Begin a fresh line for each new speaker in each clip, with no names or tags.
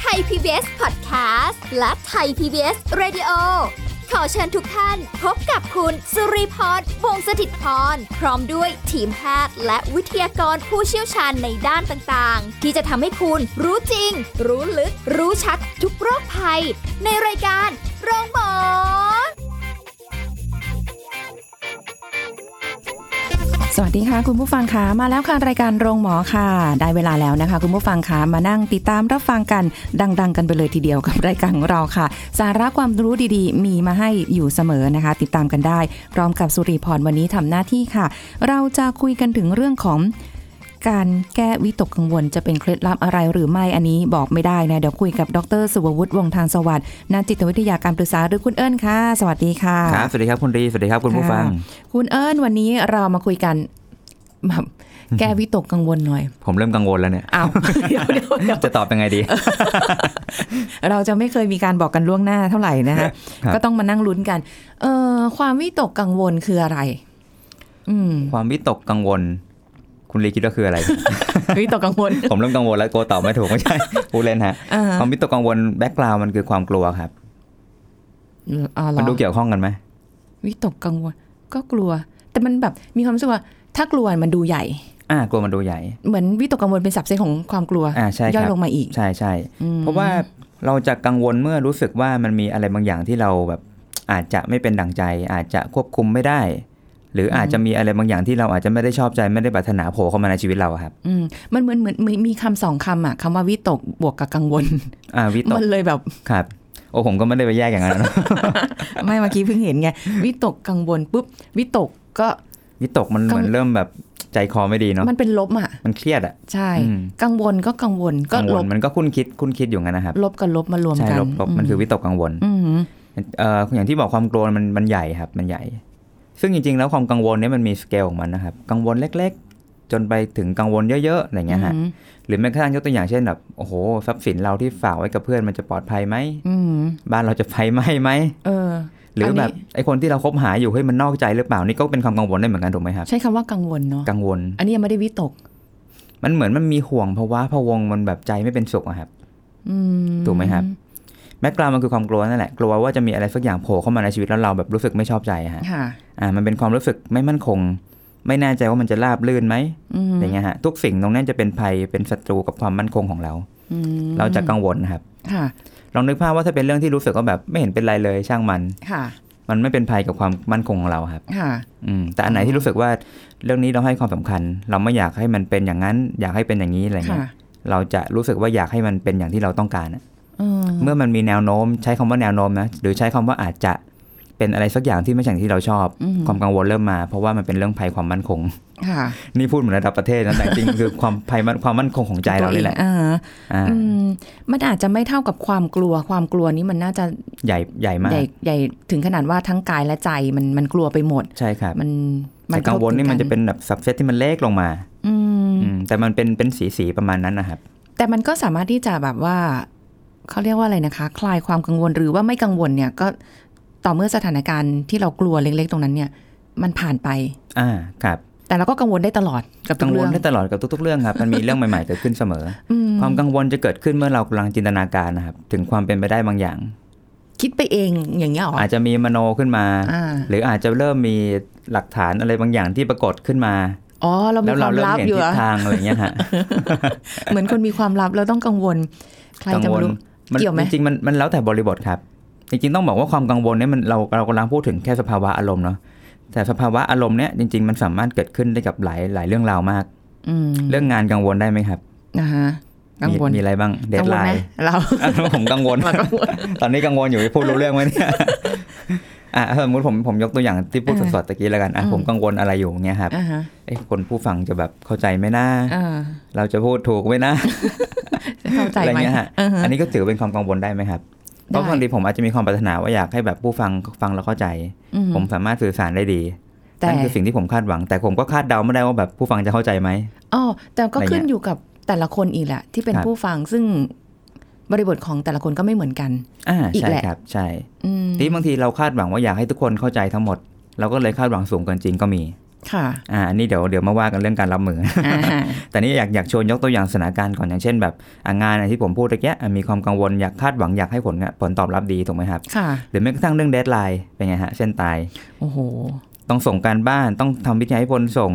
ไทย PBS Podcast และไทย PBS Radio ขอเชิญทุกท่านพบกับคุณสุริพรวงศสถิตพร พร้อมด้วยทีมแพทย์และวิทยากรผู้เชี่ยวชาญในด้านต่างๆ ที่จะทำให้คุณรู้จริง รู้ลึก รู้ชัดทุกโรคภัย ในรายการโรงพยาบาล
สวัสดีค่ะ คุณผู้ฟังค่ะมาแล้วค่ะรายการโรงหมอค่ะ ได้เวลาแล้วนะคะ คุณผู้ฟังค่ะมานั่งติดตามรับฟังกันดัง ๆ กันไปเลยทีเดียวกับรายการของเราค่ะ สาระความรู้ดีๆ มีมาให้อยู่เสมอนะคะ ติดตามกันได้ พร้อมกับสุริพรวันนี้ทำหน้าที่ค่ะ เราจะคุยกันถึงเรื่องของ การแก้วิตกกังวลจะเป็นเคล็ดลับอะไรหรือไม่อันนี้บอกไม่ได้นะ เดี๋ยวคุยกับดรสุวัตวงศ์ทางสวัสดิ์นักจิตวิทยาการปรึกษาหรือคุณเอิญค่ะ สวัสดีค่ะ
ครับ สวัสดีครับคุณรี สวัสดีครับคุณผู้ฟัง
ค่ะ คุณเอิญวันนี้เรามาคุยกันแบบแก้วิตกกังวลหน่อย
ผมเริ่มกังวลแล้วเนี่ย
อ้าว เดี๋ยวเดี๋ยวเดี๋ยว
จะตอบยังไงดี
เราจะไม่เคยมีการบอกกันล่วงหน้าเท่าไหร่นะคะ
ครับ
ก็ต้องมานั่งลุ้นกัน เออความวิตกกังวลคืออะไร อื ม
ความวิตกกังวล คุณรีคิดว่า คืออะไร
วิตกกังว ล
ผมเริ่มกังวลแล้วโกลัวตอบไม่ถูก ไม่ใช่พูดเล่นฮะ
อ่า
ความวิตกกังวลแบ็กกราวมันคือความกลัวครับ
อ๋อเหร
มัน
อ
ดูเกี่ยวข้องกันไหม
วิตกกังวล ก็กลัว แต่มันแบบมีความรู้สึกว่า ถ้ากลัวมันดูใหญ่
อ่ากลัวมันดูใหญ่
เหมือนวิตกกังวลเป็นสับเซตของความกลัว
อ่าใช่
ย่อย
ครับ
ลงมาอีก
ใช่ใช่
อืม
เพราะว่าเราจะกังวลเมื่อรู้สึกว่ามันมีอะไรบางอย่างที่เราแบบอาจจะไม่เป็นดั่งใจ อาจจะควบคุมไม่ได้ หรืออาจจะมีอะไรบางอย่างที่เราอาจจะไม่ได้ชอบใจไม่ได้ปรารถนาโผล่เข้ามาในชีวิตเราอะครับ
อืมมันเหมือนเหมือนมีมีคำสองคำอ่ะคำว่าวิตกบวกกับกังวล
อ่าวิต
มั
ก
นเลยแบบ
ครับโอ้ผมก็ไม่ได้ไปแยกอย่างนั้นนะ
ไม่เมื่อกี้เพิ่งเห็นไง วิตกกังวลปุ๊บ วิตกก็
วิตกมันเหมือน
กัง
เริ่มแบบใจคอไม่ดีเนาะ
มันเป็นลบอ่ะ
มันเครียดอ่ะ
ใช่
อืม
กังวลก็กังวลก็
กังว
ล
ล
บ
มันก็คุ้นคิดคุ้นคิดอยู่งั้นนะครับ
ลบกับลบมารวม
ใช่
กัน
ลบลบมันคือวิตกกังวล
อืม
เอ่ออย่างที่บอกความกลัวมันมันใหญ่ครับมันใหญ่ ซึ่งจริงๆแล้วความกังวลเนี่ยมันมีสเกลของมันนะครับกังวลเล็กๆ จนไปถึงกังวลเยอะๆอะไรเงี้ยฮะ
อืม
หรือแม้กระทั่งยกตัวอย่างเช่นแบบโอ้โหทรัพย์สินเราที่ฝากไว้กับเพื่อนมันจะปลอดภัยไหม
อืม
บ้านเราจะไฟไหม้ไหม
เออ
หรืออน
นี้
แบบไอ้คนที่เราคบหาอยู่เฮ้ยมันนอกใจหรือเปล่านี่ก็เป็นความกังวลได้เหมือนกันถูกไหมครับ
ใช้คำว่ากังวลเนาะ
กังวล
อันนี้ยังไม่ได้วิตก
มันเหมือนมันมีห่วงภาวะพะวงมันแบบใจไม่เป็นสุขอะครับ
อืม
ถูกไหมครับ แบ็กกราวมันคือความกลัวนั่นแหละ กลัวว่าจะมีอะไรสักอย่างโผล่เข้ามาในชีวิตแล้วเราแบบรู้สึกไม่ชอบใจอะฮะ
ค่ะ
อ่ามันเป็นความรู้สึกไม่มั่นคง ไม่แน่ใจว่ามันจะราบลื่นไหม
อืม
อย่างเงี้ยฮะทุกสิ่งตรงนั้นจะเป็นภัยเป็นศัตรูกับความมั่นคงของเรา
อืม
เราจะกังวลนะครับ
ค่ะ
ลองนึกภาพว่าถ้าเป็นเรื่องที่รู้สึกว่าแบบไม่เห็นเป็นไรเลยช่างมัน
ค่ะ
มันไม่เป็นภัยกับความมั่นคงของเราครับ
ค่ะ
อืมแต่อันไหนที่รู้สึกว่าเรื่องนี้เราให้ความสำคัญ เราไม่อยากให้มันเป็นอย่างนั้น อยากให้เป็นอย่างนี้อะไร
ค่ะ
เงี้ยเราจะรู้สึกว่าอยากให้มันเป็นอย่างที่เราต้องการอะ
เออ
เมื่อมันมีแนวโน้มใช้คำว่าแนวโน้มนะหรือใช้คำว่าอาจจะเป็นอะไรสักอย่างที่ไม่ใช่อย่างที่เราชอบ
อืม
ความกังวลเริ่มมาเพราะว่ามันเป็นเรื่องภัยความมั่นคง
ค่ะ
นี่พูดเหมือนระดับประเทศนะแต่จริงๆ คือความภัยมันความมั่นคงของใจเรานี่แหละ
ตัวองอ่า
อ่า
อืมมันอาจจะไม่เท่ากับความกลัว ความกลัวนี้มันน่าจะ
ใหญ่ใหญ่มาก
ใหญ่ใหญ่ถึงขนาดว่าทั้งกายและใจมันมันกลัวไปหมด
ใช่ครับ
มันมั
แต่กังวลนี่มันจะเป็นแบบสับเซตที่มันเล็กลงมา
อืม
อืมแต่มันเป็นเป็นสีสีๆประมาณนั้นนะครับ
แต่มันก็สามารถที่จะแบบว่าเขาเรียกว่าอะไรนะคะ คลายความกังวลหรือว่าไม่กังวลเนี่ยก็ต่อเมื่อสถานการณ์ที่เรากลัวเล็กๆ ตรงนั้นเนี่ย มันผ่านไป
อ่าครับ
แต่เราก็กังวลได้ตลอดกับทุ
กังว
เรื่อ
ล
ง
ได้ตลอดกับทุกๆเรื่องครับมันมีเรื่องให ม่ๆเกิดขึ้นเสมอ
อื
อ
ม
ความกังวลจะเกิดขึ้นเมื่อเรากำลังจินตนาการนะครับถึงความเป็นไปได้บางอย่าง
คิดไปเองอย่างเงี้ยหรอ
อาจจะมีมโนขึ้นมา
อ่า
หรืออาจจะเริ่มมีหลักฐานอะไรบางอย่างที่ปรากฏขึ้นมา
อ๋อเรามี
แล้ว
ค
เรา
วาม
เริ่ม
ลับ
เห็น
อยู่
ทิ
เหร
ศ
อ
ทางอะไรเงี้ยฮะ
เหมือนคนมีความลับเราต้องกังวล ใคร
กัง
จะ
ว
มา
ล
รู้
มัน
เกี่ยวไหม
จริงๆมันมันแล้วแต่บริบทครับ จริงๆต้องบอกว่าความกังวลเนี่ยมันเราเรากำลังพูดถึงแค่สภาวะอารมณ์เนาะแต่สภาวะอารมณ์เนี่ยจริง ๆ มันสามารถเกิดขึ้นได้กับหลายหลายเรื่องราวมาก
อืม
เรื่องงานกังวลได้ไหมครับ
นะฮะกังวล
มีมีอะไรบ้างเด
กั
ท
ว
ไล
ลไหม
น์
เรา
ผมกังวล
มากังวล
ตอนนี้กังวลอยู่พูดรู้เรื่องไหม เนี่ยอ่ะสมมติผมผมยกตัวอย่างที่พูด
เออ
สดๆตะกี้แล้วกันอ่ะ
อืม
ผมกังวลอะไรอยู่เงี้ยครับ
อ่าฮะ
เอ้คนผู้ฟังจะแบบเข้าใจไหมนะ
อ่า
เราจะพูดถูกไหมนะ
เข้าใจ
อะไร
ไหม
เงี้ยฮะ
อ่าฮะ
อันนี้ก็ถือเป็นความกังวลได้ไหมครับ เพ
ได้
ราะบางทีผมอาจจะมีความปรารถนาว่าอยากให้แบบผู้ฟังฟังแล้วเข้าใจ
อื
ผมสามารถสื่อสารได้ดี
แต่
นั่นคือสิ่งที่ผมคาดหวัง แต่ผมก็คาดเดาไม่ได้ว่าแบบผู้ฟังจะเข้าใจไหม
อ๋อแต่ก็
อะไรเงี้ย
ขึ้นอยู่กับแต่ละคนอีกแหละ ที่เป็น
ครับ
ผู้ฟังซึ่งบริบทของแต่ละคนก็ไม่เหมือนกัน
อ่า
อีก
ใช่
แหละ
ครับ ใช่
อืม
ที่บางทีเราคาดหวังว่าอยากให้ทุกคนเข้าใจทั้งหมด เราก็เลยคาดหวังสูงเกินจริงก็มี
ค่ะ
อ่าอันนี้เดี๋ยวเดี๋ยวมาว่ากันเรื่องการรับมือ
อ่าฮะ
แต่นี่อยากอยากชวนยกตัวอย่างสถานการณ์ก่อนอย่างเช่นแบบอ่ะงานอ่ะที่ผมพูดตะเกียอ่ะมีความกังวลอยากคาดหวังอยากให้ผลงานผลตอบรับดีถูกไหมครับ
ค่ะ
หรือแม้กระทั่งเรื่องเดทไลน์เป็นไงฮะเช่นตาย
โอ้โห
ต้องส่งการบ้านต้องทำวิทยาให้พลส่ง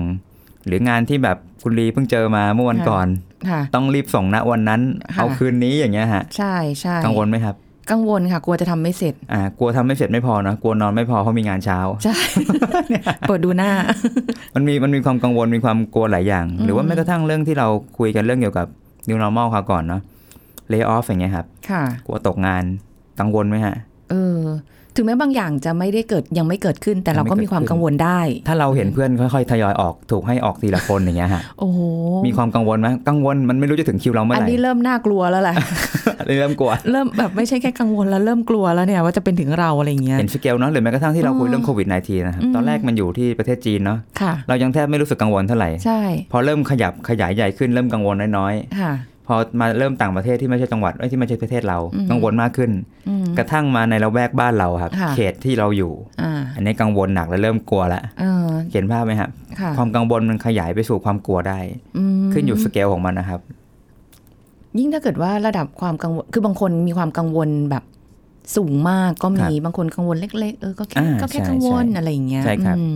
หรืองานที่แบบคุณลีเพิ่งเจอมาเมื่อวัน
ค่ะ
ก่อน
ค่ะ
ต้องรีบส่งณวันนั้น
ค่ะ
เอาคืนนี้อย่างเงี้ยฮะ
ใช่ใช่
กังวลไหมครับ
กังวลค่ะ กลัวจะทำไม่เส ร็จ
อ่ากลัวทำไม่เสร็จไม่พอเนอะกลัวนอนไม่พอเพราะมีงานเช้า
ใช่ เปิดดูหน้า
มันมีมันมีความกังวลมีความกลัวหลายอย่าง
อืม
หรือว่าแม้กระทั่งเรื่องที่เราคุยกันเรื่องเกี่ยวกับ new normal คราวก่อนเนาะ lay off อย่างเงี้ยครับ
ค่ะ
กลัวตกงานกังวลไหมฮะ
เออ ถึงแม้บางอย่างจะไม่ได้เกิดยังไม่เกิดขึ้น แต่เราก็มีความกังวลได้
ถ้าเราเห็นเพื่อนค่อย ๆ ทยอยออกถูกให้ออกทีละคนอย่างเงี้ยฮะ
โอ้โห
มีความกังวลไหมกังวลมันไม่รู้จะถึงคิวเราเมื่อ
อัน
ไหร่
นี้เริ่มน่ากลัวแล้วแหละ
เริ่มกลัว
เริ่มแบบไม่ใช่แค่กังวลแล้วเริ่มกลัวแล้วเนี่ยว่าจะเป็นถึงเราอะไรอย่างเงี้ย
เห็นสเกลเนาะหรือแม้กระทั่งที่เราคุยเรื่องโควิด -19 นะครับ
อืม
ตอนแรกมันอยู่ที่ประเทศจีนเนาะ
ค่ะ
เรายังแทบไม่รู้สึกกังวลเท่าไหร่
ใช่
พอเริ่มขยับขยายใหญ่ขึ้นเริ่มกังวลน้อย
ค่ะ
ๆ พอมาเริ่มต่างประเทศที่ไม่ใช่จังหวัดเอ้ยที่ไม่ใช่ประเทศเรา
อืม
กังวลมากขึ้น
อืม
กระทั่งมาในละแวกบ้านเราครับ
ค่ะ
เขตที่เราอยู่
อ่า
อันนี้กังวลหนักและเริ่มกลัวละ
เออ
เขียนภาพไหมครับ
ค่ะ
ความกังวลมันขยายไปสู่ความกลัวได้
ม
ขึ้นอยู่สเกลของมันนะครับ
ยิ่งถ้าเกิดว่าระดับความกังวล คือบางคนมีความกังวลแบบสูงมากก็มี
ครับ
บางคนกังวลเล็ก ๆ เออ ก็แค่
อ่า
ก็แค่
ใช่
กังวล
ใช่
อะไรอย่างเงี้ย
ใช่ครับ
อืม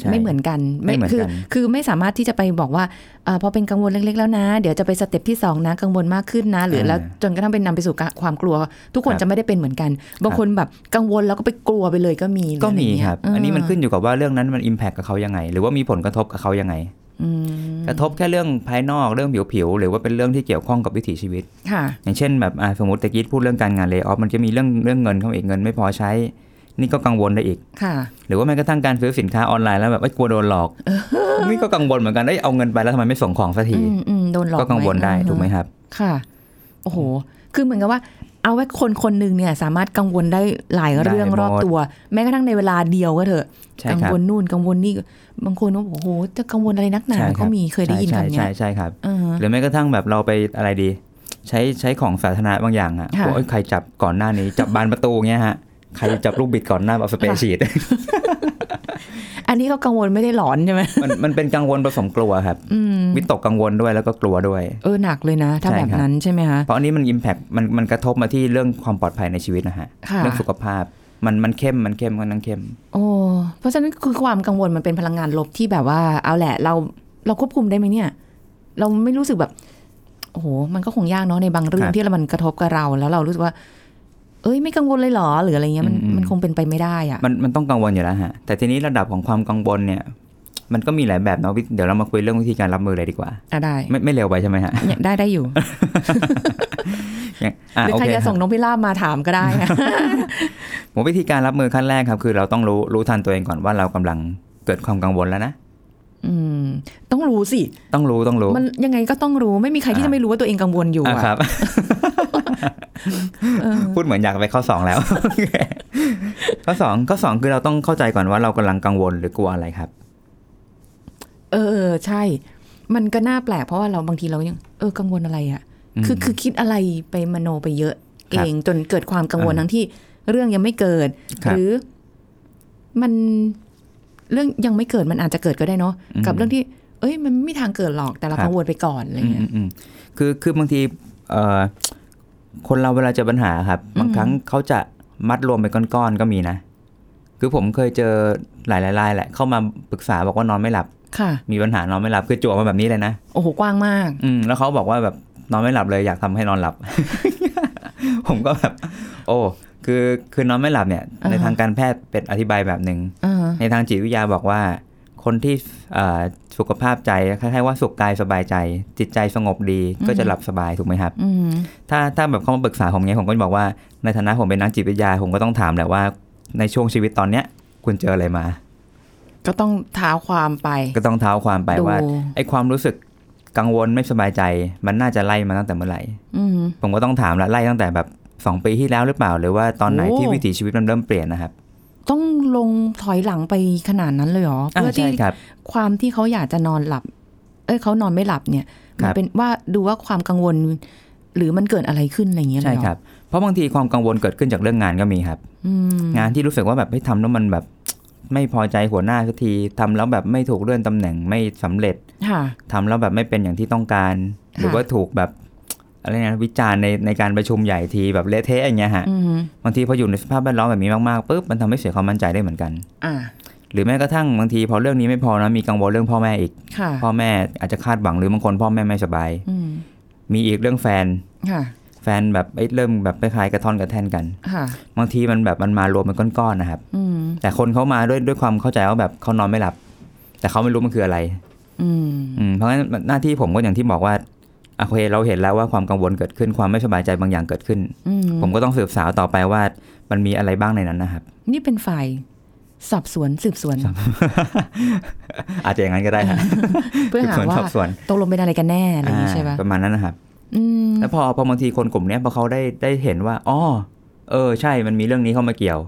ใช่
ไม่เหมือนกัน
ไม่เหมือน
คื
กัน
คือไม่สามารถที่จะไปบอกว่าเอ่อพอเป็นกังวลเล็ก ๆ แล้วนะ เดี๋ยวจะไปสเต็ปที่สองนะกังวลมากขึ้นนะ หรืออาแล้วจนกระทั่งเป็นนำไปสู่การความกลัว ทุกคน
ครับ
จะไม่ได้เป็นเหมือนกัน บางคนแบบกังวลแล้วก็ไปกลัวไปเลยก็มีหอ
ก็มี
อะไเงี้ย
ครับ อันนี้มันขึ้นอยู่กับว่าเรื่องนั้นมันอิมแพคกับเขายังไง หรือว่ามีผลกระทบกับเขายังไง
อืม
กระทบแค่เรื่องภายนอกเรื่องผิวๆหรือว่าเป็นเรื่องที่เกี่ยวข้องกับวิถีชีวิต
ค่ะ
อย่างเช่นแบบอ่ะสมมติตะกี้พูดเรื่องการงานเล y o อ f มันจะมีเรื่องเรื่องเงินเข้ามาอีกเงินไม่พอใช้ นี่ก็กังวลได้อีก
ค่ะ
หรือว่าแม้กระทั่งการซื้อสินค้าออนไลน์แล้วแบบเอ้ยกลัวโดนหลอกนี่ก็กังวลเหมือนกันได้ยเอาเงินไปแล้วทำไมไม่ส่งของสักที
อืมอืมโดนหลอก
ก็กังวลได้
อือ
ถูกไหมครับ
ค่ะ โอ้โห คือเหมือนกับว่า เอาไว้คนคนหนึ่งเนี่ยสามารถกังวลได้หลาย
ได้
เรื่องรอบ
หมด
ตัว แม้กระทั่งในเวลาเดียวก็เถอะ
ใช่
กั
ครับ
วลนู่นกังวลนี่ บางคนก็บอกโอ้โห จะกังวลอะไรนักหนา
ใช่ครับ
ก็มีเคยได้ยิน
ใช่
คำเนี้
ใช่
ย
ใช่ครับ
เออ
หรือแม้กระทั่งแบบเราไปอะไรดี ใช้ใช้ของสาธารณะบางอย่างอะ
ค่ะ
โอ้ยใครจับก่อนหน้านี้ จับบานประตูเงี้ยฮะใครจับลูกบิดก่อนหน้าแบบสเปรย์
ค่ะ
ชีด
อันนี้เขากังวลไม่ได้หลอนใช่ไหม
มันมันเป็นกังวลผสมกลัวครับ
อืม
วิตกกังวลด้วยแล้วก็กลัวด้วย
เออหนักเลยนะ ถ้า
ใช่
แบ
ครับ
บนั้นใช่ไหมคะ
เพราะอันนี้มันอิมแพ t มันมันกระทบมาที่เรื่องความปลอดภัยในชีวิตนะฮะ
ค่ะ
เรื่องสุขภาพมันมันเข้มมันเข้มมันนั่งเข้ม
โอ้เพราะฉะนั้นคือความกังวลมันเป็นพลังงานลบที่แบบว่า เอาแหละ เราเราควบคุมได้ไหมเนี่ย เราไม่รู้สึกแบบ โอ้โห มันก็คงยากเนาะในบางเรื่อ
ค
ง
รับ
ที่มันกระทบกับเราแล้วเรารู้สึกว่า เอ้ยไม่กังวลเลยเหรอหรืออะไรเงี้ยมัน
อืมอืม
มันคงเป็นไปไม่ได้อะ
มันมันต้องกังวลอยู่แล้วฮะ แต่ทีนี้ระดับของความกังวลเนี่ย มันก็มีหลายแบบเนาะวิเดี๋ยวเรามาคุยเรื่องวิธีการรับมือเลยดีกว่า
อ่ะได้
ไม่ไม่เร็วไปใช่ไหมฮะ
เนี่ยได้ได้อยู่
อย่าง อ่ะ
หรือ
โอ
ใคร
เค
จะส่งนกพิราบมาถามก็ได้ นะ
ผมวิธีการรับมือขั้นแรกครับ คือเราต้องรู้รู้ทันตัวเองก่อนว่าเรากำลังเกิดความกังวลแล้วนะ
อืม ต้องรู้สิ
ต้องรู้ต้องรู้
มันยังไงก็ต้องรู้ไม่มีใครที่จะไม่รู้ว่าตัวเองกังวลอยู่
อ่ะ
อะ
ครับ
เออ
พูดเหมือนอยากไปข้อสองแล้ว ข้อสองข้อสองคือเราต้องเข้าใจก่อนว่าเรากำลังกังวลหรือกลัวอะไรครับ
เออเออใช่ มันก็น่าแปลกเพราะว่าเราบางทีเรายังเออกังวลอะไรอะ คือคือคิดอะไรไปมโนไปเยอะ
ค
เอ
รับ
งจนเกิดความกังวล
อ่า
ทั้งที่เรื่องยังไม่เกิด
ครับ
หรือมันเรื่องยังไม่เกิดมันอาจจะเกิดก็ได้เนาะกับเรื่องที่ เอ้ย มันไม่มีทางเกิดหรอกแต่เรากังวลไปก่อนอะไรเงี้ย
มมมคือคือบางทีเอ่อคนเราเวลาเจอปัญหาครับ
อืม
บางครั้งเขาจะมัดรวมเป็นก้อนๆก็มีนะ คือผมเคยเจอหลายๆรายแหละ เข้ามาปรึกษาบอกว่านอนไม่หลับ
ค่ะ
มีปัญหานอนไม่หลับคือจั่วมาแบบนี้เลยนะ
โอ้โหกว้างมาก
อืมแล้วเขาบอกว่าแบบนอนไม่หลับเลยอยากทำให้นอนหลับ ผมก็แบบ โอ้คือคือนอนไม่หลับเนี่ย ใน
อ่าฮะ
ทางการแพทย์เป็นอธิบายแบบหนึ่ง
อ่า
ในทางจิตวิทยาบอกว่า คนที่เอ่อสุขภาพใจคล้ายๆว่าสุขกายสบายใจ จิตใจสงบดีก็จะหลับสบายถูกไหมครับ
อืม
ถ้าถ้าแบบเขามาปรึกษาผมเนี้ยผมก็จะบอกว่าในฐานะผมเป็นนักจิตวิทยาผมก็ต้องถามแหละว่าในช่วงชีวิตตอนเนี้ยคุณเจออะไรมา
ก็ต้องท้าความไป
ก็ต้องเท้าความไป
ดู
ว่าไอ้ความรู้สึกกังวลไม่สบายใจ มันน่าจะไล่มาตั้งแต่เมื่อไหร่
อืม
ผมก็ต้องถามละไล่ตั้งแต่แบบสองปีที่แล้วหรือเปล่า หรือว่าตอนไหนที่
โอ้
วิถีชีวิตมันเริ่มเปลี่ยนนะครับ
ต้องลงถอยหลังไปขนาดนั้นเลยเหรอ
อ่า
เพื่อที่
ใช่ครับ
ความที่เขาอยากจะนอนหลับ เอ้ยเขานอนไม่หลับเนี่ย
ค
มั
รั
น
บ
เป็นว่าดูว่าความกังวล หรือมันเกิดอะไรขึ้นอะไรอย่างเงี้ยเลย
ใช่
เหรอ
ครับเพราะบางทีความกังวลเกิดขึ้นจากเรื่องงานก็มีครับ
อืม
งานที่รู้สึกว่าแบบให้ยทำแล้วมันแบบ ไม่พอใจหัวหน้าสักทีทำแล้วแบบไม่ถูกเลื่อนตำแหน่งไม่สำเร็จ
ค่ะ
ทำแล้วแบบไม่เป็นอย่างที่ต้องการ หรือว่าถูกแบบ อะไรนะวิจารณ์ในในการประชุมใหญ่ทีแบบเละเทะอย่างเงี้ยฮะ
อืม
บางทีพออยู่ในสภาพแวดล้อมแบบนี้มากๆปุ๊บมันทำให้เสียความมั่นใจได้เหมือนกัน
อ่า
หรือแม้กระทั่งบางทีพอเรื่องนี้ไม่พอนะมีกังวลเรื่องพ่อแม่อีก
ค่ะ
พ่อแม่อาจจะคาดหวังหรือบางคนพ่อแม่ไม่สบาย
อืม
มีอีกเรื่องแฟน
ค่ะ
แฟนแบบเอ้ยเริ่มแบบคล้ายๆกระท่อนกระแท่นกัน
ค่ะ
บางทีมันแบบมันมารวมเป็นก้อนๆนะครับ
อืม
แต่คนเขามาด้วยด้วยความเข้าใจว่าแบบเขานอนไม่หลับ แต่เขาไม่รู้มันคืออะไร
อืม
อืมเพราะงั้นหน้าที่ผมก็อย่างที่บอกว่าอ่ะโอเคเราเห็นแล้วว่าความกังวลเกิดขึ้นความไม่สบายใจบางอย่างเกิดขึ้น
อืม
ผมก็ต้องสืบสาวต่อไปว่ามันมีอะไรบ้างในนั้นนะครับ
นี่เป็นฝ่ายสอบสวนสืบสวน
อาจจะอย่างนั้นก็ได้ฮะ
เพื่อ
สืบ
หา
สวน
ว่า
สอบสวน
ตกลงเป็นอะไรกันแน่อะไรอย่างนี้ใช่ปะ
อ่าประมาณนั้นนะครับ
อืม
แล้วพอพอบางทีคนกลุ่มเนี้ยพอเขาได้ได้เห็นว่าอ๋อเออ ใช่มันมีเรื่องนี้เข้ามาเกี่ยว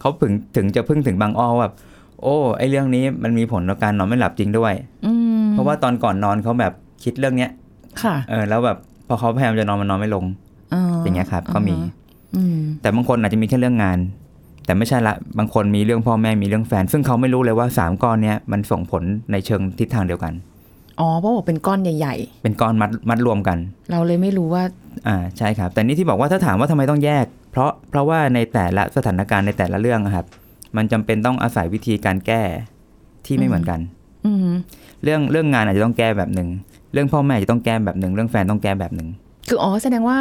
เขาถึงถึงจะพึ่งถึงบางอ้อว่าแบบโอ้ไอเรื่องนี้มันมีผลต่อการนอนไม่หลับจริงด้วย
อืม
เพราะว่าตอนก่อนนอนเขาแบบคิดเรื่องเนี้ย
ค่ะ
เออแล้วแบบพอเขาพยายามจะนอนมันนอนไม่ลง อย่างเงี้ยครับ ก็มี
อืม
แต่บางคนอาจจะมีแค่เรื่องงาน แต่ไม่ใช่ละบางคนมีเรื่องพ่อแม่มีเรื่องแฟน ซึ่งเขาไม่รู้เลยว่าสามก้อนเนี้ยมันส่งผลในเชิงทิศทางเดียวกัน
อ๋อเพราะบอกเป็นก้อนใหญ่
เป็นก้อนมัดมัดรวมกัน
ๆ เราเลยไม่รู้ว่า
อ่าใช่ครับ แต่นี่ที่บอกว่าถ้าถามว่าทำไมต้องแยก เพราะเพราะว่าในแต่ละสถานการณ์ในแต่ละเรื่องอะครับ มันจำเป็นต้องอาศัยวิธีการแก้ที่ไม่เหมือนกัน
อืม
เรื่องเรื่องงานอาจจะต้องแก้แบบหนึ่งเรื่องพ่อแม่อาจจะต้องแก้แบบหนึ่งเรื่องแฟนต้องแก้แบบหนึ่ง
คืออ๋อแสดงว่า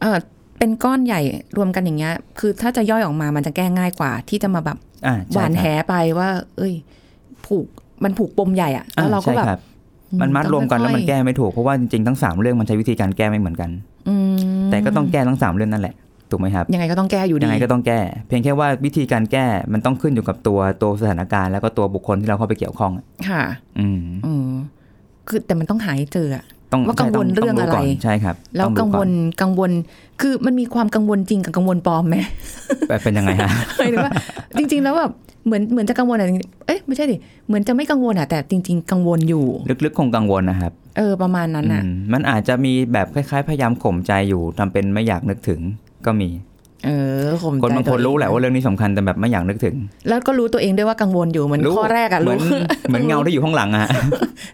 เออเป็นก้อนใหญ่รวมกันอย่างเงี้ย คือถ้าจะย่อยออกมามันจะแก้ง่ายกว่า ที่จะมาแบบ
อ่า
ห
ใช่
วาน
ค
แห
รับ
ไปว่า เอ้ย ผูกมันผูกปมใหญ่อะ
อ่า
แล้วเราก็
ใช่
แบบ
ครับ มันมัดรวมกันแล้วมันแก้ไม่ถูกเพราะว่าจริงๆทั้งสามเรื่องมันใช้วิธีการแก้ไม่เหมือนกัน
อืม
แต่ก็ต้องแก้ทั้งสามเรื่องนั่นแหละถูกไหมครับ
ยังไงก็ต้องแก้อยู่ดี
ยังไงก็ต้องแก้ เพียงแค่ว่าวิธีการแก้มันต้องขึ้นอยู่กับตัวตัวสถานการณ์ แล้วก็ตัวบุคคลที่เราเข้าไปเกี่ยวข้องอะ
ค่ะ
อืม
อืมคือแต่มันต้องหายเจออะ
ต้อง
ว่ากังวล
ใช่ต้
เรื่องอะไร
ต้ก่นใช่ครับ
แล้ว
ต้อง
กัง
รู้
ว
อน
ลกังวล คือมันมีความกังวลจริงกับกังวลปลอมไหม
แบบเป็นยังไงฮะ
หมายถึงว่าจริง ๆ แล้วแบบเหมือนเหมือนจะกังวลอะเอ๊ะไม่ใช่ดิเหมือนจะไม่กังวลอะแต่จริง ๆ กังวลอยู่
ลึกๆคงกังวลนะครับ
เออประมาณนั้นอะ
อืมมันอาจจะมีแบบคล้ายๆ พยายามข่มใจอยู่ทำเป็นไม่อยากนึกถึง ก็มี
เออข่มใจ
คนบางคนรู้แหละว่าเรื่องนี้สำคัญแต่แบบไม่อยากนึกถึง
แล้วก็รู้ตัวเองด้วยว่ากังวลอยู่เหมือนข้อแรกอะ
เหมื
รู้
นเหมือนเงาที่อยู่ข้างหลังอะฮะ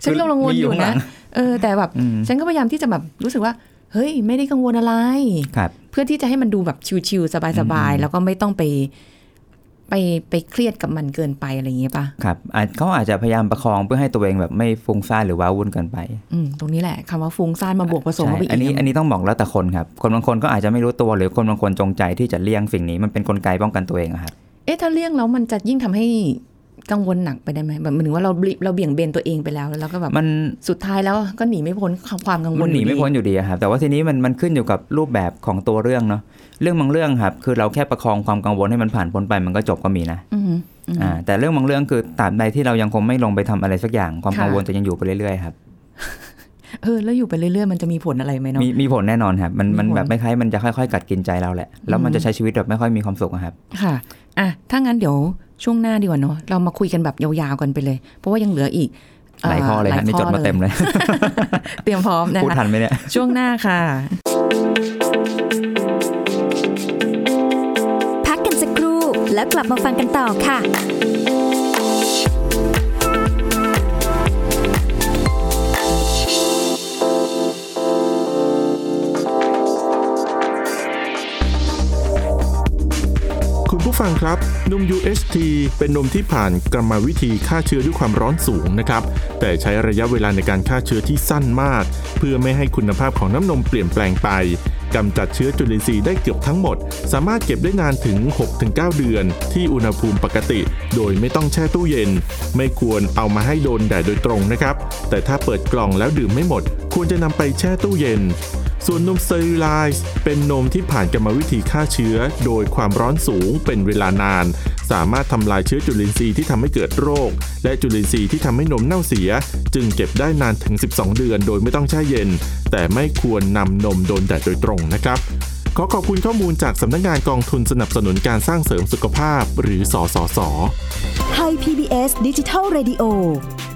ฉันกำลังวลอยู่
มีข้างห
นะ
ลัง
เออแต่แบบ
อืม
ฉันก็พยายามที่จะแบบรู้สึกว่า เฮ้ย ไม่ได้กังวลอะไร
ครับ
เพื่อที่จะให้มันดูแบบชิวๆสบาย
อืม
ๆแล้วก็ไม่ต้องไป ไปไปเครียดกับมันเกินไปอะไรอย่างเงี้ยป่ะ
ครับอาจเขาอาจจะพยายามประคองเพื่อให้ตัวเองแบบไม่ฟุ้งซ่านหรือว้าวุ่นเกินไป
อืมตรงนี้แหละคำว่าฟุ้งซ่านมาบวกผสมเข้าไปอี
ใช่อันนี้
ก
อันนี้ต้องบอกแล้วแต่คนครับ คนบางคนก็อาจจะไม่รู้ตัวหรือคนบางคนจงใจที่จะเลี่ยงสิ่งนี้มันเป็นกลไกป้องกันตัวเองอะครับ
เอ๊ะถ้าเลี่ยงแล้วมันจะยิ่งทำให้กังวลหนักไปได้ไหมแบบหมายถึงว่าเราบลิเราเบี่ยงเบนตัวเองไปแล้วแล้วก็แบบ
มัน
สุดท้ายแล้วก็หนีไม่พ้นความกังว
มั
ล
นหนีไม่พ้นอยู่ดีอะครับแต่ว่าทีนี้มันมันขึ้นอยู่กับรูปแบบของตัวเรื่องเนาะเรื่องบางเรื่องครับคือเราแค่ประคองความกังวลให้มันผ่านพ้นไปมันก็จบก็มีนะ
อืมอืม
อ่าแต่เรื่องบางเรื่องคือตราบใดที่เรายังคงไม่ลงไปทำอะไรสักอย่างความ
ค่ะ
กังวลจะยังอยู่ไปเรื่อยๆครับ
เออแล้วอยู่ไปเรื่อยๆมันจะมีผลอะไรไหมเนาะ
มีมีผลแน่นอนครับมัน
มีผล
มันแบบไม่คล้ายมันจะค่อยๆ กัดกินใจเราแหละแล้วมันจะใช้ชีวิตแบบไม่ค่อยมีความสุขอะครับ
ค่ะ อ่ะ ถ้างั้นเดี๋ยวช่วงหน้าดีกว่าเนาะ เรามาคุยกันแบบยาวๆกันไปเลย เพราะว่ายังเหลืออีก
หลายข้อเลยฮะนี่จดมาเต็มเลย
เตรียมพร้อมนะ
พูด
คะ
ทันไหมเนี่ย
ช่วงหน้าค่ะ
พักกันสักครู่แล้วกลับมาฟังกันต่อค่ะ
คุณผู้ฟังครับ นม UHT เป็นนมที่ผ่านกรรมวิธีฆ่าเชื้อด้วยความร้อนสูงนะครับ แต่ใช้ระยะเวลาในการฆ่าเชื้อที่สั้นมาก เพื่อไม่ให้คุณภาพของน้ำนมเปลี่ยนแปลงไปกำจัดเชื้อจุลินทรีย์ได้เกือบทั้งหมด สามารถเก็บได้นานถึง 6-9 เดือน ที่อุณหภูมิปกติ โดยไม่ต้องแช่ตู้เย็น ไม่ควรเอามาให้โดนแดดโดยตรงนะครับ แต่ถ้าเปิดกล่องแล้วดื่มไม่หมด ควรจะนำไปแช่ตู้เย็น ส่วนนมสเตอริไลซ์เป็นนมที่ผ่านกรรมวิธีฆ่าเชื้อ โดยความร้อนสูงเป็นเวลานาน สามารถทำลายเชื้อจุลินทรีย์ที่ทำให้เกิดโรค และจุลินทรีย์ที่ทำให้นมเน่าเสีย จึงเก็บได้นานถึง 12 เดือนโดยไม่ต้องแช่เย็น แต่ไม่ควรนำนมโดนแดดโดยตรงนะครับ ขอขอบคุณข้อมูลจากสำนักงานกองทุนสนับสนุนการสร้างเสริมสุขภาพ หรือสสส
ไทย PBS ดิจิทัล Radio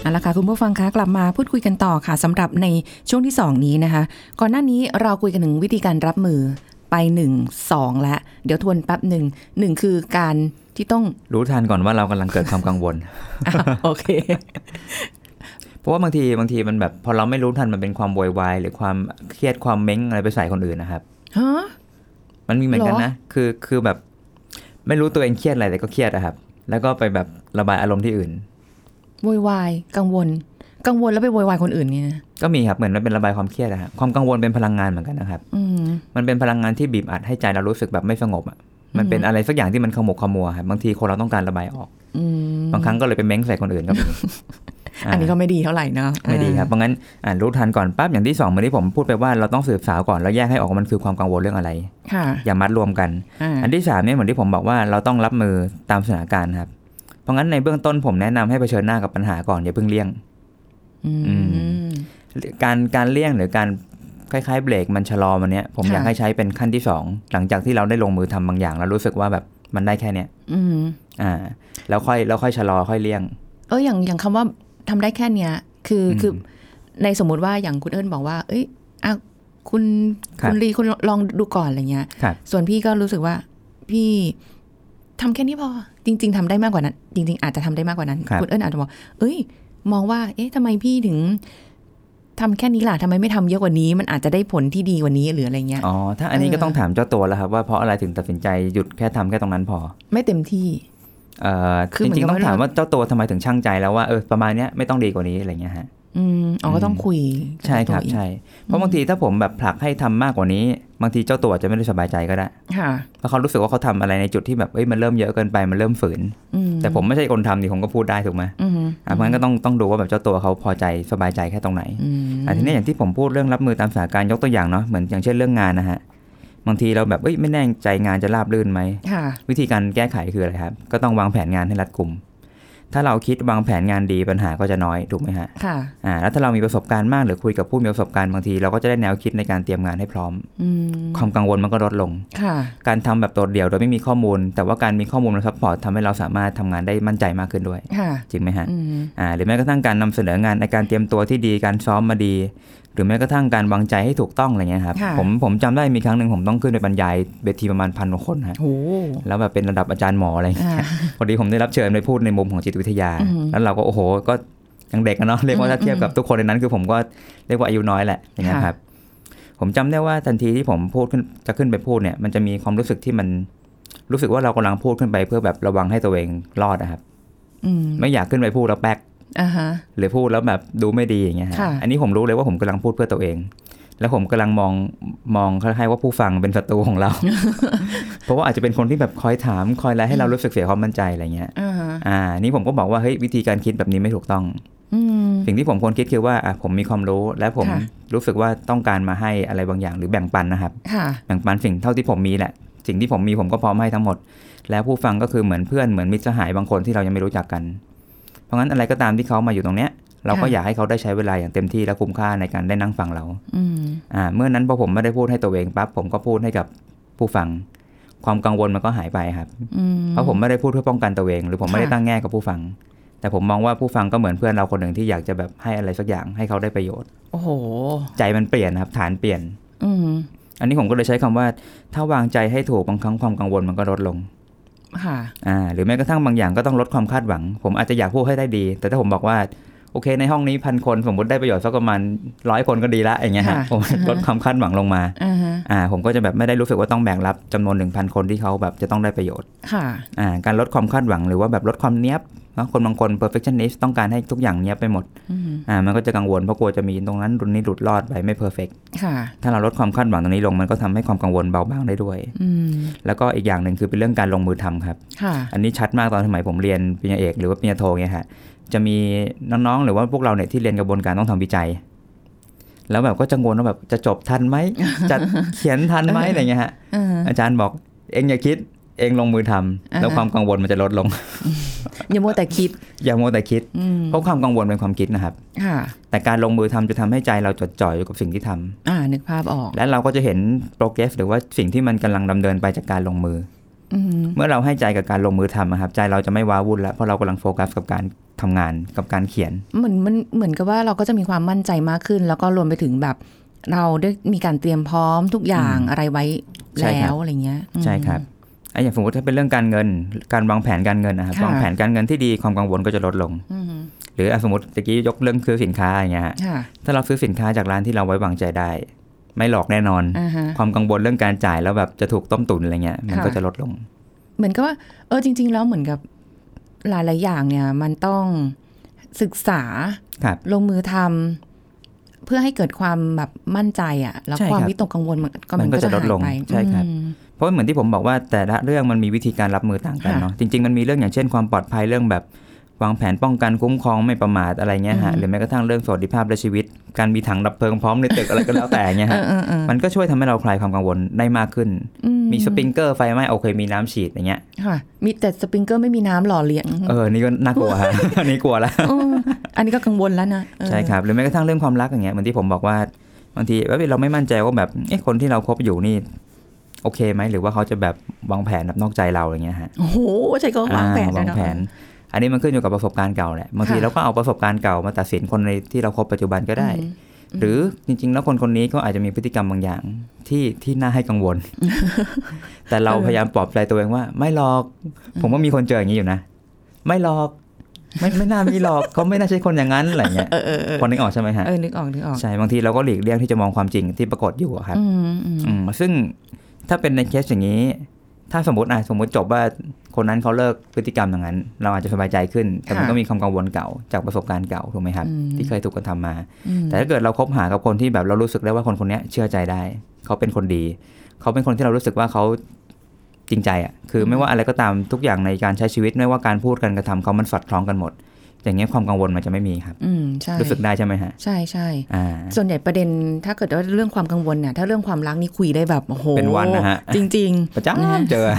เอาละค่ะคุณผู้ฟังคะกลับมาพูดคุยกันต่อค่ะสำหรับในช่วงที่ 2 นี้นะคะ ก่อนหน้านี้เราคุยกันถึงวิธีการรับมือไป 1 2 แล้ว เดี๋ยวทวนแป๊บหนึ่งหนึ่งคือการที่ต้อง
รู้ทันก่อนว่าเรากำลังเกิดความกังวล
อ่ะโอเค
เพราะว่าบางทีบางทีมันแบบพอเราไม่รู้ทันมันเป็นความโวยวายหรือความเครียดความเม้งอะไรไปใส่คนอื่นนะครับ
ฮะ
มันมีเหมือนกัน
หรอ
นะ คือคือแบบ ไม่รู้ตัวเองเครียดอะไรแต่ก็เครียดอะครับ แล้วก็ไปแบบระบายอารมณ์ที่อื่น
โวยวายกังวล กังวลแล้วไปโวยวายคนอื่นเนี่ยนะ
ก็มีครับเหมือนมันเป็นระบายความเครียดอะครับความกังวลเป็นพลังงานเหมือนกันนะครับ
อืม
มันเป็นพลังงานที่บีบอัดให้ใจเรารู้สึกแบบไม่สงบอะมันเป็นอะไรสักอย่างที่มันขมุกขมัวครับบางทีคนเราต้องการระบายออก
อืม
บางครั้งก็เลยไปเม้งใส่คนอื่นก็มี
อันนี้ก็ไม่ดีเท่าไหร่เนาะ
ไม่ดีครับ เพราะงั้นอ่านรู้ทันก่อนปั๊บอย่างที่สองเมื่อที่ผมพูดไปว่าเราต้องสืบสาวก่อนแล้วแยกให้ออกว่ามันคือความกังวลเรื่องอะไร
ค่ะ
อย่ามัดรวมกัน
อ่า
อันที่สามเนี่ยเหมือนที่ผมบอกว่าเราต้องรับมือตามสถานการณ์ครับ เพราะงั้นในเบื้องต้นผมแนะนำให้เผชิญหน้ากับปัญหาก่อนอย่าเพิ่งเลี่ยง
อื
อื
ม
การการเลี่ยงหรือการคล้ายๆเบรกมันชะลอมันเนี้ยผม
ค่ะ
อยากให้ใช้เป็นขั้นที่สองหลังจากที่เราได้ลงมือทำบางอย่าง แล้วรู้สึกว่าแบบมันได้แค่เนี้ย
อืม
อ่า แล้วค่อยแล้วค่อยชะลอค่อยเลี่ยง
เอออย่างอย่างคำว่าทำได้แค่เนี้ย คือ
อืม
คือในสมมติว่าอย่างคุณเอิญบอกว่า เอ้ยอ่ะคุณ
ครับ
คุณลีคุณลองดูก่อนอะไรเงี้ย
ครับ
ส่วนพี่ก็รู้สึกว่าพี่ทำแค่นี้พอ จริง ๆทำได้มากกว่านั้น จริง ๆ อาจจะทำได้มากกว่านั้น
ครับ
ณเอิญอาจจะบอกเอ้ย มองว่า เอ๊ะทำไมพี่ถึงทำแค่นี้ล่ะทำไมไม่ทำเยอะกว่านี้ มันอาจจะได้ผลที่ดีกว่านี้หรืออะไรเงี้ย
อ๋อถ้าอันนี้ก็
เออ
ต้องถามเจ้าตัวแล้วครับว่าเพราะอะไรถึงตัดสินใจหยุดแค่ทำแค่ตรงนั้นพอ
ไม่เต็มที่
เอ่อ
คือ
จ
เหมือน
ริง
กับ
ๆต้อง
ว่า
ถามว่าเจ้าตัวทำไมถึงช่างใจแล้วว่าเออประมาณเนี้ยไม่ต้องดีกว่านี้อะไรเงี้ยฮะ
อืมอ๋อก็ต้องคุยกั
ใช่ครับ
ตัวเอง
ใช่เพราะบางทีถ้าผมแบบผลักให้ทำมากกว่านี้ บางทีเจ้าตัวอาจจะไม่ได้สบายใจก็ได้
ค่ะ
เพราะเขารู้สึกว่าเขาทำอะไรในจุดที่แบบเอ้ยมันเริ่มเยอะเกินไปมันเริ่มฝืน
อืม
แต่ผมไม่ใช่คนทำนี่ผมก็พูดได้ถูกไหม
อืม
อ่ะเพราะงั้นก็ต้องต้องดูว่าแบบเจ้าตัวเขาพอใจสบายใจแค่ตรงไหน
อืม
อ่ะทีนี้อย่างที่ผมพูดเรื่องรับมือตามสถานการณ์ยกตัวอย่างเนาะเหมือนอย่างเช่นเรื่องงานนะฮะบางทีเราแบบเอ้ยไม่แน่ใจงานจะราบรื่นไหม
ค่ะ
วิธีการแก้ไขคืออะไรครับ ก็ต้องวางแผนงานให้รัดกุม ถ้าเราคิดวางแผนงานดีปัญหาก็จะน้อยถูกไหมฮะ
ค่ะ
อ่า แล้วถ้าเรามีประสบการณ์มากหรือคุยกับผู้มีประสบการณ์บางที เราก็จะได้แนวคิดในการเตรียมงานให้พร้อม
อืม
ความกังวลมันก็ลดลง
ค่ะ
การทำแบบโดดเดี่ยวโดยไม่มีข้อมูล แต่ว่าการมีข้อมูลและซัพพอร์ตทำให้เราสามารถทำงานได้มั่นใจมากขึ้นด้วย
ค่ะ
จริงไหมฮะ
อืม
อ่า หรือแม้กระทั่งการนำเสนองานในการเตรียมตัวที่ดี การซ้อมมาดี หรือแม้กระทั่งการวางใจให้ถูกต้องอะไรเงี้ยครับ ผมผมจำได้มีครั้งหนึ่งผมต้องขึ้นไปบรรยายเวทีประมาณพันกว่าคนฮะ
โห
แล้วแบบเป็นระดับอาจารย์หมออะไรอย่าง
อ่า
เงี้ยพอดีผมได้รับเชิญไปพูดในมุมของจิตวิทยา
อืม
แล้วเราก็โอ้โห ก็ยังเด็กกันเนาะ เรียกว่าถ้าเทียบกับทุกคนในนั้น คือผมก็เรียกว่าอายุน้อยแหละ อย่างเงี้ย
ค่ะ
ครับ ผมจำได้ว่าทันทีที่ผมพูดขึ้นจะขึ้นไปพูดเนี่ย มันจะมีความรู้สึกที่มันรู้สึกว่าเรากำลังพูดขึ้นไปเพื่อแบบระวังให้ตัวเองรอดนะครับ
อืม
ไม่อยากขึ้นไปพูดแล้วแป๊ก
อ่าฮะ
หรือพูดแล้วแบบดูไม่ดีอย่างเงี้ยฮะ
ค่ะ
อันนี้ผมรู้เลยว่าผมกำลังพูดเพื่อตัวเอง แล้วผมกำลังมองมองคล้ายๆว่าผู้ฟังเป็นศัตรูของ เรา เพราะว่าอาจจะเป็นคนที่แบบคอยถามคอยอะไรให้เรารู้สึกเสียความมั่นใจอะไรเงี้ย
อ่าฮะ
อ่า นี่ผมก็บอกว่าเฮ้ยวิธีการคิดแบบนี้ไม่ถูกต้อง
อืม
สิ่งที่ผมควรคิดคือว่าอ่ะผมมีความรู้และผม
ค่ะ
รู้สึกว่าต้องการมาให้อะไรบางอย่างหรือแบ่งปันนะครับ
ค่ะ
แบ่งปันสิ่งเท่าที่ผมมีแหละ สิ่งที่ผมมีผมก็พร้อมให้ทั้งหมด แล้วผู้ฟังก็คือเหมือนเพื่อนเหมือนมิตรสหายบางคนที่เรายังไม่รู้จักกัน เพราะงั้นอะไรก็ตามที่เขามาอยู่ตรงเนี้ย เราก็
ค่ะ
อยากให้เขาได้ใช้เวลาอย่างเต็มที่และคุ้มค่าในการได้นั่งฟังเรา
อืม
อ่า เมื่อนั้นพอผมไม่ได้พูดให้ตัวเองปั๊บผมก็พูดให้กับผู้ฟัง ความกังวลมันก็หายไปครับ
อืม
เพราะผมไม่ได้พูดเพื่อป้องกันตัวเอง หรือผมไม่ได้
ค่ะ
ตั้งแง่กับผู้ฟัง แต่ผมมองว่าผู้ฟังก็เหมือนเพื่อนเราคนหนึ่งที่อยากจะแบบให้อะไรสักอย่างให้เขาได้ประโยชน์
โอ้โห
ใจมันเปลี่ยนครับฐานเปลี่ยน
อืม
อันนี้ผมก็เลยใช้คำว่า ถ้าวางใจให้ถูกบางครั้งความกังวลมันก็ลดลง
ค่ะ
อ่าหรือแม้กระทั่งบางอย่างก็ต้องลดความคาดหวัง ผมอาจจะอยากพูดให้ได้ดี แต่ถ้าผมบอกว่า โอเค ในห้องนี้พันคนสมมติได้ประโยชน์สักประมาณร้อยคนก็ดีละอย่างเงี้ยฮะ
ค่ะ
ผม
อือ ฮะ
ลดความคาดหวังลงมา
อ่าฮะ
อ่าผมก็จะแบบไม่ได้รู้สึกว่าต้องแบกรับจำนวนหนึ่งพันคนที่เขาแบบจะต้องได้ประโยชน์
ค่ะ
อ่าการลดความคาดหวังหรือว่าแบบลดความเนี้ยบเนอะคนบางคน perfectionist ต้องการให้ทุกอย่างเนี้ยบไปหมด
อืม
อ่ามันก็จะกังวลเพราะกลัวจะมีตรงนั้นรุนนี้หลุดรอดไปไม่ perfect
ค่ะ
ถ้าเราลดความคาดหวังตรงนี้ลงมันก็ทำให้ความกังวลเบาบางได้ด้วย
อืม
แล้วก็อีกอย่างหนึ่งคือเป็นเรื่องการลงมือทำครับ
ค่ะ
อันนี้ชัดมากตอนสมัยผมเรียนปริญญาเอกหรือว่าปริญญาโทเนี่ยฮะ จะมีน้องๆ หรือว่าพวกเราเนี่ยที่เรียนกระบวนการต้องทำวิจัย แล้วแบบก็จะงงว่าแบบจะจบทันไหม จะเขียนทันไหมอะไรเงี้ยฮะ
เออ
อาจารย์บอกเองอย่าคิด เองลงมือทำ
อ่าฮะ
แล้วความกังวลมันจะลดลง
อย่ามัวแต่คิด
อย่ามัวแต่คิด
อืม
เพราะความกังวลเป็นความคิดนะครับ
ค่ะ
แต่การลงมือทำจะทำให้ใจเราจดจ่ออยู่กับสิ่งที่ทำ
อ่านึกภาพออก
และเราก็จะเห็นโปรเกรสหรือว่าสิ่งที่มันกำลังดำเนินไปจากการลงมือ
อืม
เมื่อเราให้ใจกับการลงมือทำอะครับใจเราจะไม่ว้าวุ่นแล้วเพราะเรากำลังโฟกัสกับการทำงานกับการเขียน
เหมือนมันเหมือนกับว่าเราก็จะมีความมั่นใจมากขึ้น แล้วก็รวมไปถึงแบบ เราได้มีการเตรียมพร้อมทุกอย่างอะไรไว้
ใช่
แล้
ครับ
วอะไรเงี้ยอืม
ใช่ครับไอ้อย่างสมมติถ้าเป็นเรื่องการเงิน การวางแผนการเงินนะครับ
ค่ะ
วางแผนการเงินที่ดีความกังวลก็จะลดลง
อืม
หรืออ่ะสมมติตะกี้ยกเรื่องซื้อสินค้าอย่างเงี้ยฮะ
ค่ะ
ถ้าเราซื้อสินค้าจากร้านที่เราไว้วางใจได้ ไม่หลอกแน่นอน
อ่าฮะ
ความกังวลเรื่องการจ่ายแล้วแบบจะถูกต้มตุ๋นอะไรเงี้ยมัน
ค่ะ
ก็จะลดลง
เหมือนกับว่า เออจริง ๆ แล้วเหมือนกับหลาย ๆ อย่างเนี่ย มันต้องศึกษา
ครับ
ลงมือทำเพื่อให้เกิดความแบบมั่นใจอะ่ะ แล้ว
ใช่ครับ
ความวิตกกังวลมันก็
มันก็จะลดลง
หายไป
ใช่ครับ
อืม
เพราะเหมือนที่ผมบอกว่าแต่ละเรื่องมันมีวิธีการรับมือต่างกัน
ค่ะ
เนาะจริงๆมันมีเรื่องอย่างเช่นความปลอดภัยเรื่องแบบวางแผนป้องกันคุ้มครองไม่ประมาทอะไรเงี้ยฮะ
อืม
หรือแม้กระทั่งเรื่องสวัสดิภาพและชีวิต การมีถังดับเพลิงพร้อมในตึกอะไรก็แล้วแต่เงี้ย
เออ
ฮะ
เออเออ
มันก็ช่วยทำให้เราคลายความกังวลได้มากขึ้น
อื
มีสปริงเกอร์ไฟไหม้โอเคมีน้ำฉีดอย่างเงี้ย
ค่ะ มีแต่สปริงเกอร์ไม่มีน้ำหล่อเลี้ยง
เออนี่ก็น่ากลัว ฮะ อันนี้กลัวละ
มอันนี้ก็กังวลแล้วนะเออ
ใช่ครับหรือแม้กระทั่งเรื่องความรักอย่างเงี้ยเหมือนที่ผมบอกว่าบางทีแบบเราไม่มั่นใจว่าแบบเอ๊ะคนที่เราคบอยู่นี่โอเคไหมหรือว่าเขาจะแบบวางแผนแบบนอกใจเราอะไรเงี้ยฮะ
โอ้โหใช่ก็วางแผน
อ่วาง
เอะ
แผน อันนี้มันขึ้นอยู่กับประสบการณ์เก่าแหละบางที
ค่ะ
เราก็เอาประสบการณ์เก่ามาตัดสินคนในที่เราคบปัจจุบันก็ได้
อืม
หรือจริง ๆ แล้วคนคนนี้ก็อาจจะมีพฤติกรรมบางอย่างที่ที่น่าให้กังว ล แต่เรา
เออ
พยายามปลอบใจตัวเองว่า ไม่หรอก ผมว่ามีคนเจออย่างนี้อยู่นะ ไม่หรอกไม่ไม่น่ามีหรอก เขาไม่น่าใช่คนอย่างนั้นอะไรเงี้ย
เออเออเออ
คนนึกออกใช่ไหมฮะ
เออนึกออกนึกออก
ใช่บางทีเราก็หลีกเลี่ยงที่จะมองความจริงที่ปรากฏอยู่อะครับ
อืมอืม
อืมซึ่งถ้าเป็นในเคสอย่างนี้ ถ้าสมมติอ่ะสมมติจบว่าคนนั้นเขาเลิกพฤติกรรมอย่างนั้น เราอาจจะสบายใจขึ้น แต่มันก็มีความกังวลเก่าจากประสบการณ์เก่าถูกไหมครับ ที่เคยถูกกระทำมา
อืม
แต่ถ้าเกิดเราคบหากับคนที่แบบเรารู้สึกได้ว่าคนคนเนี้ยเชื่อใจได้ เขาเป็นคนดี เขาเป็นคนที่เรารู้สึกว่าเขาจริงใจอ่ะคือไม่ว่าอะไรก็ตามทุกอย่างในการใช้ชีวิตไม่ว่าการพูดการกระทำเขามันสอดคล้องกันหมด อย่างเงี้ยความกังวลมันจะไม่มีครับ
อืมใช่
รู้สึกได้ใช่ไหมฮะ
ใช่ใช่
อ่า
ส่วนใหญ่ประเด็นถ้าเกิดว่าเรื่องความกังวลเนี่ยถ้าเรื่องความรักนี่คุยได้แบบโอ้โห
เป็นวันนะฮะ
จริง
ประจ
นะฮะ
ำเจอ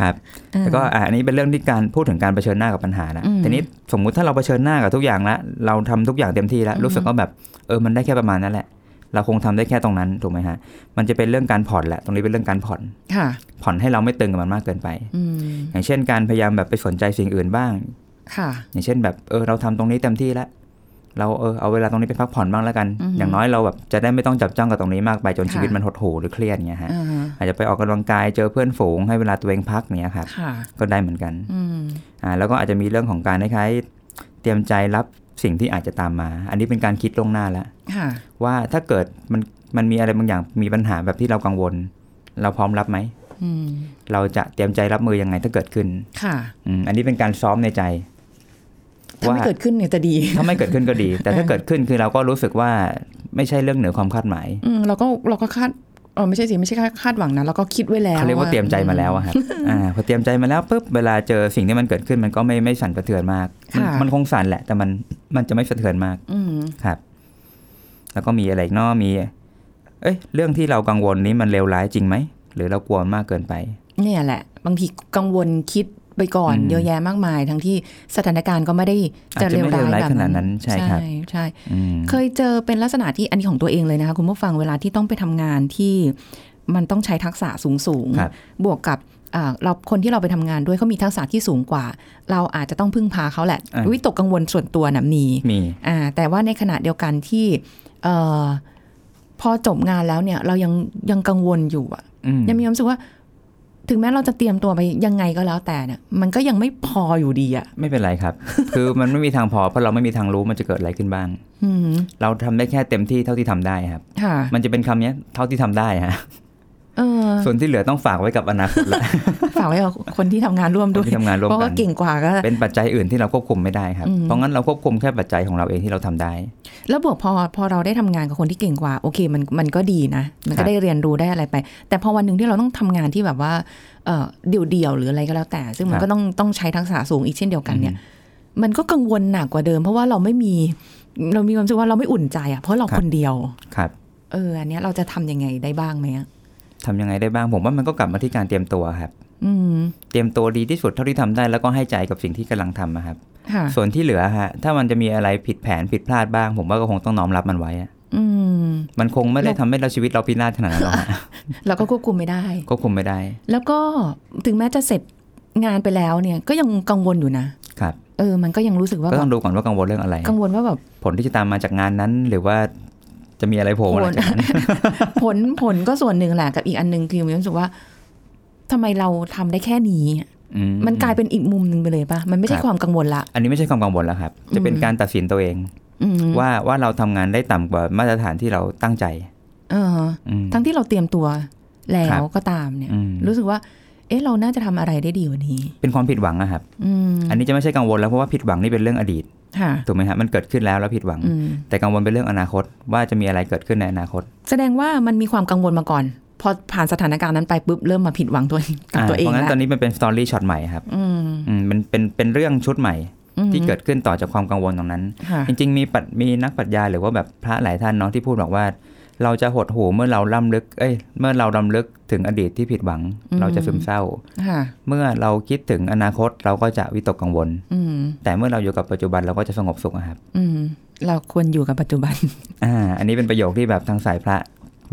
ครับ
ๆ
แต่ก็อ่ะอันนี้เป็นเรื่องที่การพูดถึงการเผชิญหน้ากับปัญหานะ
อืม
ทีนี้สมมุติถ้าเราเผชิญหน้ากับทุกอย่างแล้วเราทำทุกอย่างเต็มที่แล้ว
อือฮึ
รู้สึกว่าแบบเออมันได้แค่ประมาณนั้นแหละ เราคงทำได้แค่ตรงนั้นถูกไหมฮะมันจะเป็นเรื่องการผ่อนแหละตรงนี้เป็นเรื่องการผ่อน
ค่ะ
ผ่อนให้เราไม่ตึงกับมันมากเกินไป
อืม
อย่างเช่น การพยายามแบบไปสนใจสิ่งอื่นบ้าง
ค่ะ
อย่างเช่นแบบเออเราทำตรงนี้เต็มที่แล้วเราเออเอาเวลาตรงนี้ไปพักผ่อนบ้างแล้วกัน
อือฮึ
อย่างน้อยเราแบบจะได้ไม่ต้องจับจ้องกับตรงนี้มากไปจนชีวิต
ค่ะ
มันหดหู่หรือเครียดเงี้ยฮะ
อ่าฮะ
อาจจะไปออกกำลังกายเจอเพื่อนฝูงให้เวลาตัวเองพักเนี้ยครับ
ค่ะ
ก็ได้เหมือนกัน
อืม
อ่าแล้วก็อาจจะมีเรื่องของการคล้ายๆเตรียมใจรับสิ่งที่อาจจะตามมา อันนี้เป็นการคิดล่วงหน้าแล้ว
ค่ะ
ว่าถ้าเกิดมันมันมีอะไรบางอย่างมีปัญหาแบบที่เรากังวล เราพร้อมรับไหม
อืม
เราจะเตรียมใจรับมือยังไงถ้าเกิดขึ้น
ค่ะ
อืมอันนี้เป็นการซ้อมในใจ
ถ้าไม่เกิดขึ้นเนี่ยจะดี
ถ้าไม่เกิดขึ้นก็ดี แต่ถ้าเกิดขึ้นคือเราก็รู้สึกว่าไม่ใช่เรื่องเหนือความคาดหมาย
อืมเราก็เราก็คาดเออไม่ใช่สิไม่ใช่คาดคาดหวังนะเราก็คิดไว้แล้ว
เขาเรียกว่าเตรียมใจมาแล้วอะครับอ่าพอเตรียมใจมาแล้วปุ๊บเวลาเจอสิ่งที่มันเกิดขึ้นมันก็ไม่ไม่สั่นสะเทือนมากมันมันคงสั่นแหละ แต่มันมันจะไม่สะเทือนมาก
อืม
ครับ แล้วก็มีอะไรอีกเนอะมี เอ้ย เรื่องที่เรากังวลนี้มันเลวร้ายจริงไหม หรือเรากลัวมากเกินไป
เนี่ยแหละ บางทีกังวลคิดไปก่อน
อืม
เยอะแยะมากมาย ทั้งที่สถานการณ์ก็ไม่ได้จะ
อาจ
เลว
จะไม่
ร้าย
เลวร้าย
แบบ
ขนาดนั้นใช่ครับ
ใช่
อืม
เคยเจอเป็นลักษณะที่อันนี้ของตัวเองเลยนะคะคุณผู้ฟังเวลาที่ต้องไปทำงานที่มันต้องใช้ทักษะสูงสูงๆ
ครับ
บวกกับอ่าเราคนที่เราไปทำงานด้วยเขามีทักษะที่สูงกว่า เราอาจจะต้องพึ่งพาเขาแหละ
อ่า
วิตกกังวลส่วนตัวน่ะมี
มี
อ่าแต่ว่าในขณะเดียวกันที่เออพอจบงานแล้วเนี่ยเรายังยังกังวลอยู่อะ
อืม
ยังมีความรู้สึกว่า ถึงแม้เราจะเตรียมตัวไปยังไงก็แล้วแต่เนี่ยมันก็ยังไม่พออยู่ดีอะ
ไม่เป็นไรครับ คือมันไม่มีทางพอ เพราะเราไม่มีทางรู้มันจะเกิดอะไรขึ้นบ้าง
อืม
เราทำได้แค่เต็มที่เท่าที่ทำได้ครับ
ค่ะ
มันจะเป็นคำเนี้ย เท่าที่ทำได้ฮะ
เออ
ส่วนที่เหลือต้องฝากไว้กับอนาคตละ
ฝากไว้กับคนที่ทำงานร่วม
ค
ด้
น
วย
ที่ทำงานร่วม
เพราะ
กั
ว่าน เก่งกว่าก็
เป็นปัจจัยอื่นที่เราควบคุมไม่ได้ครับ
อืม
เพราะงั้นเราควบคุมแค่ปัจจัยของเราเองที่เราทำได้
แล้วบวกพอพอเราได้ทำงานกับคนที่เก่งกว่า โอเคมันมันก็ดีนะ มัน
ครั
ก็
บ
ได้เรียนรู้ได้อะไรไป แต่พอวันหนึ่งที่เราต้องทำงานที่แบบว่าเอ่อเดี่ยวเดี่ยวๆหรืออะไรก็แล้วแต่ ซึ่งมันก็ต้องต้องใช้ทักษะสูงอีกเช่นเดียวกันเนี่ย มันก็กังวลหนักกว่าเดิม เพราะว่าเราไม่มี เรามีความรู้สึกว่าเราไม่อุ่นใจอ่ะเพราะเราคนเดียว
ครับ
เอออันเนี้ยเราจะทำยังไงได้บ้างไหมอะ
ทำยังไงได้บ้างผมว่ามันก็กลับมาที่การเตรียมตัวครับ
อืม
เตรียมตัวดีที่สุดเท่าที่ทำได้แล้วก็ให้ใจกับสิ่งที่กำลังทำอะครับ
ค่ะ
ส่วนที่เหลือฮะถ้ามันจะมีอะไรผิดแผนผิดพลาดบ้าง ผมว่าก็คงต้องน้อมรับมันไว้อะ
อืม
มันคงไม่ได้ทำให้เราชีวิตเราพินาศขนาดนั้นหรอกฮะ
เราก็ควบคุมไม่ได้
ควบคุมไม่ได้
แล้วก็ถึงแม้จะเสร็จงานไปแล้วเนี่ยก็ยังกังวลอยู่นะครับ เออ มันก็ยังรู้สึกว่า
ก็
แบ
ต้อบ งดูก่อนว่ากังวลเรื่องอะไร
กังวลว่าแบบ
ผลที่จะตามมาจากงานนั้น หรือว่าจะมีอะไรโผล่มาหลังจากนั้น
ผลผลก็ส่วนหนึ่งแหละกับอีกอันหนึ่งคือมีความรู้สึกว่าทำไมเราทำได้แค่นี้
อื
มันกลายเป็นอีกมุมหนึ่งไปเลยปะมันไม่ใช่ความกังวลละ
อันนี้ไม่ใช่ความกังวลแล้วครับ จะเป็น
อืม
การตัดสินตัวเอง
อืม
ว่าว่าเราทำงานได้ต่ำกว่ามาตรฐานที่เราตั้งใจ
เออ
อืม
ทั้งที่เราเตรียมตัวแล้
ครั
ว
บ
ก็ตามเนี่ย
อืม
รู้สึกว่า เอ๊ะ เราน่าจะทำอะไรได้ดีกว่านี้
เป็นความผิดหวังอะครับ
อืม
อันนี้จะไม่ใช่กังวลแล้วเพราะว่าผิดหวังนี่เป็นเรื่องอดีต
ค่ะ
ถูกไหมฮะมันเกิดขึ้นแล้วแล้วผิดหวัง
อืม
แต่กังวลเป็นเรื่องอนาคต ว่าจะมีอะไรเกิดขึ้นในอนาคต
แสดงว่ามันมีความกังวลมาก่อน พอผ่านสถานการณ์นั้นไปปุ๊บเริ่มมาผิดหวังตัวเองกับ
อ่า
ตัวเอ
เพ
ง
ราะงั้น
แล้ว
ตอนนี้มันเป็นสตอรี่ช็อตใหม่ครับ
อืม
อืมมันเป็นเป็นเรื่องชุดใหม่
อืม
ที่เกิดขึ้นต่อจากความกังวลตรงนั้น
ค่ะ
จริงๆ มีปัดมีนักปรัชญาหรือว่าแบบพระหลายท่านเนาะที่พูดบอกว่า เราจะหดหู่เมื่อเราล่ำลึก เอ้ย เมื่อเราลำลึกถึงอดีตที่ผิดหวัง เราจะซึมเศร้า
ค่ะ
เมื่อเราคิดถึงอนาคตเราก็จะวิตกกังวล
อืม
แต่เมื่อเราอยู่กับปัจจุบันเราก็จะสงบสุขอะครับ
อืม เราควรอยู่กับปัจจุบัน
อ่า อันนี้เป็นประโยคที่แบบทางสายพระ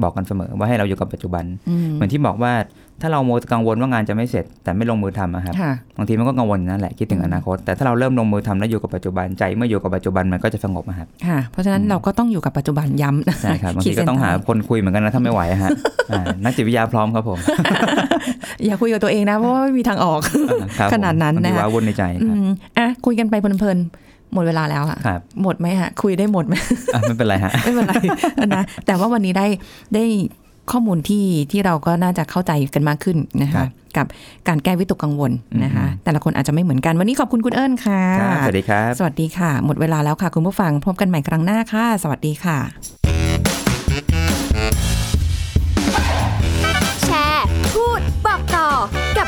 บอกกันเสมอว่าให้เราอยู่กับปัจจุบัน
อืม
เหมือนที่บอกว่าถ้าเราโมวแต่กังวลว่างานจะไม่เสร็จ แต่ไม่ลงมือทำอะครับ
ค่ะ
บางทีมันก็กังวลอยู่นั่นแหละคิดถึงอนาคต แต่ถ้าเราเริ่มลงมือทำแล้วอยู่กับปัจจุบันใจเมื่ออยู่กับปัจจุบันมันก็จะสงบอะ ครับ
ค่ะ เพราะฉะนั้น
อืม
เราก็ต้องอยู่กับปัจจุบันย้ำนะ
ใช่ครับบาง
ขีด
ทีก็
เส้น
ต้องหาคนคุยเหมือนกันนะถ้าไม่ไหวอะฮะอ่านักจิตวิทยาพร้อมครับผม
อย่าคุยกับตัวเองนะ เพราะว่าไม่มีทางออก
ครับผม
ขนาดนั้น
บงที
นะคะ
ว้าวุ่นในใจ
อื
ครับ
มอ่ะคุยกันไปเพลินๆ หมดเวลาแล้วอะ
ครับ
หมดไหมฮะ คุยได้หมด ไหม
อ่ะไม่เป็นไรฮะ
ไม่เป็นไรนะแต่ว่าวันนี้ได้ได้ข้อมูลที่ที่เราก็น่าจะเข้าใจกันมากขึ้นนะ
ครั
คะ
บ
กับการแก้วิตกกังวลนะคะ
อืม
แต่ละคนอาจจะไม่เหมือนกันวันนี้ขอบคุณคุณเอิญค่ะ
ครับสวัสดีครับ
สวัสดีค่ะ หมดเวลาแล้วค่ะ คุณผู้ฟังพบกันใหม่ครั้งหน้าค่ะ สวัสดีค่ะ
แชร์ พูด บอกต่อ กับ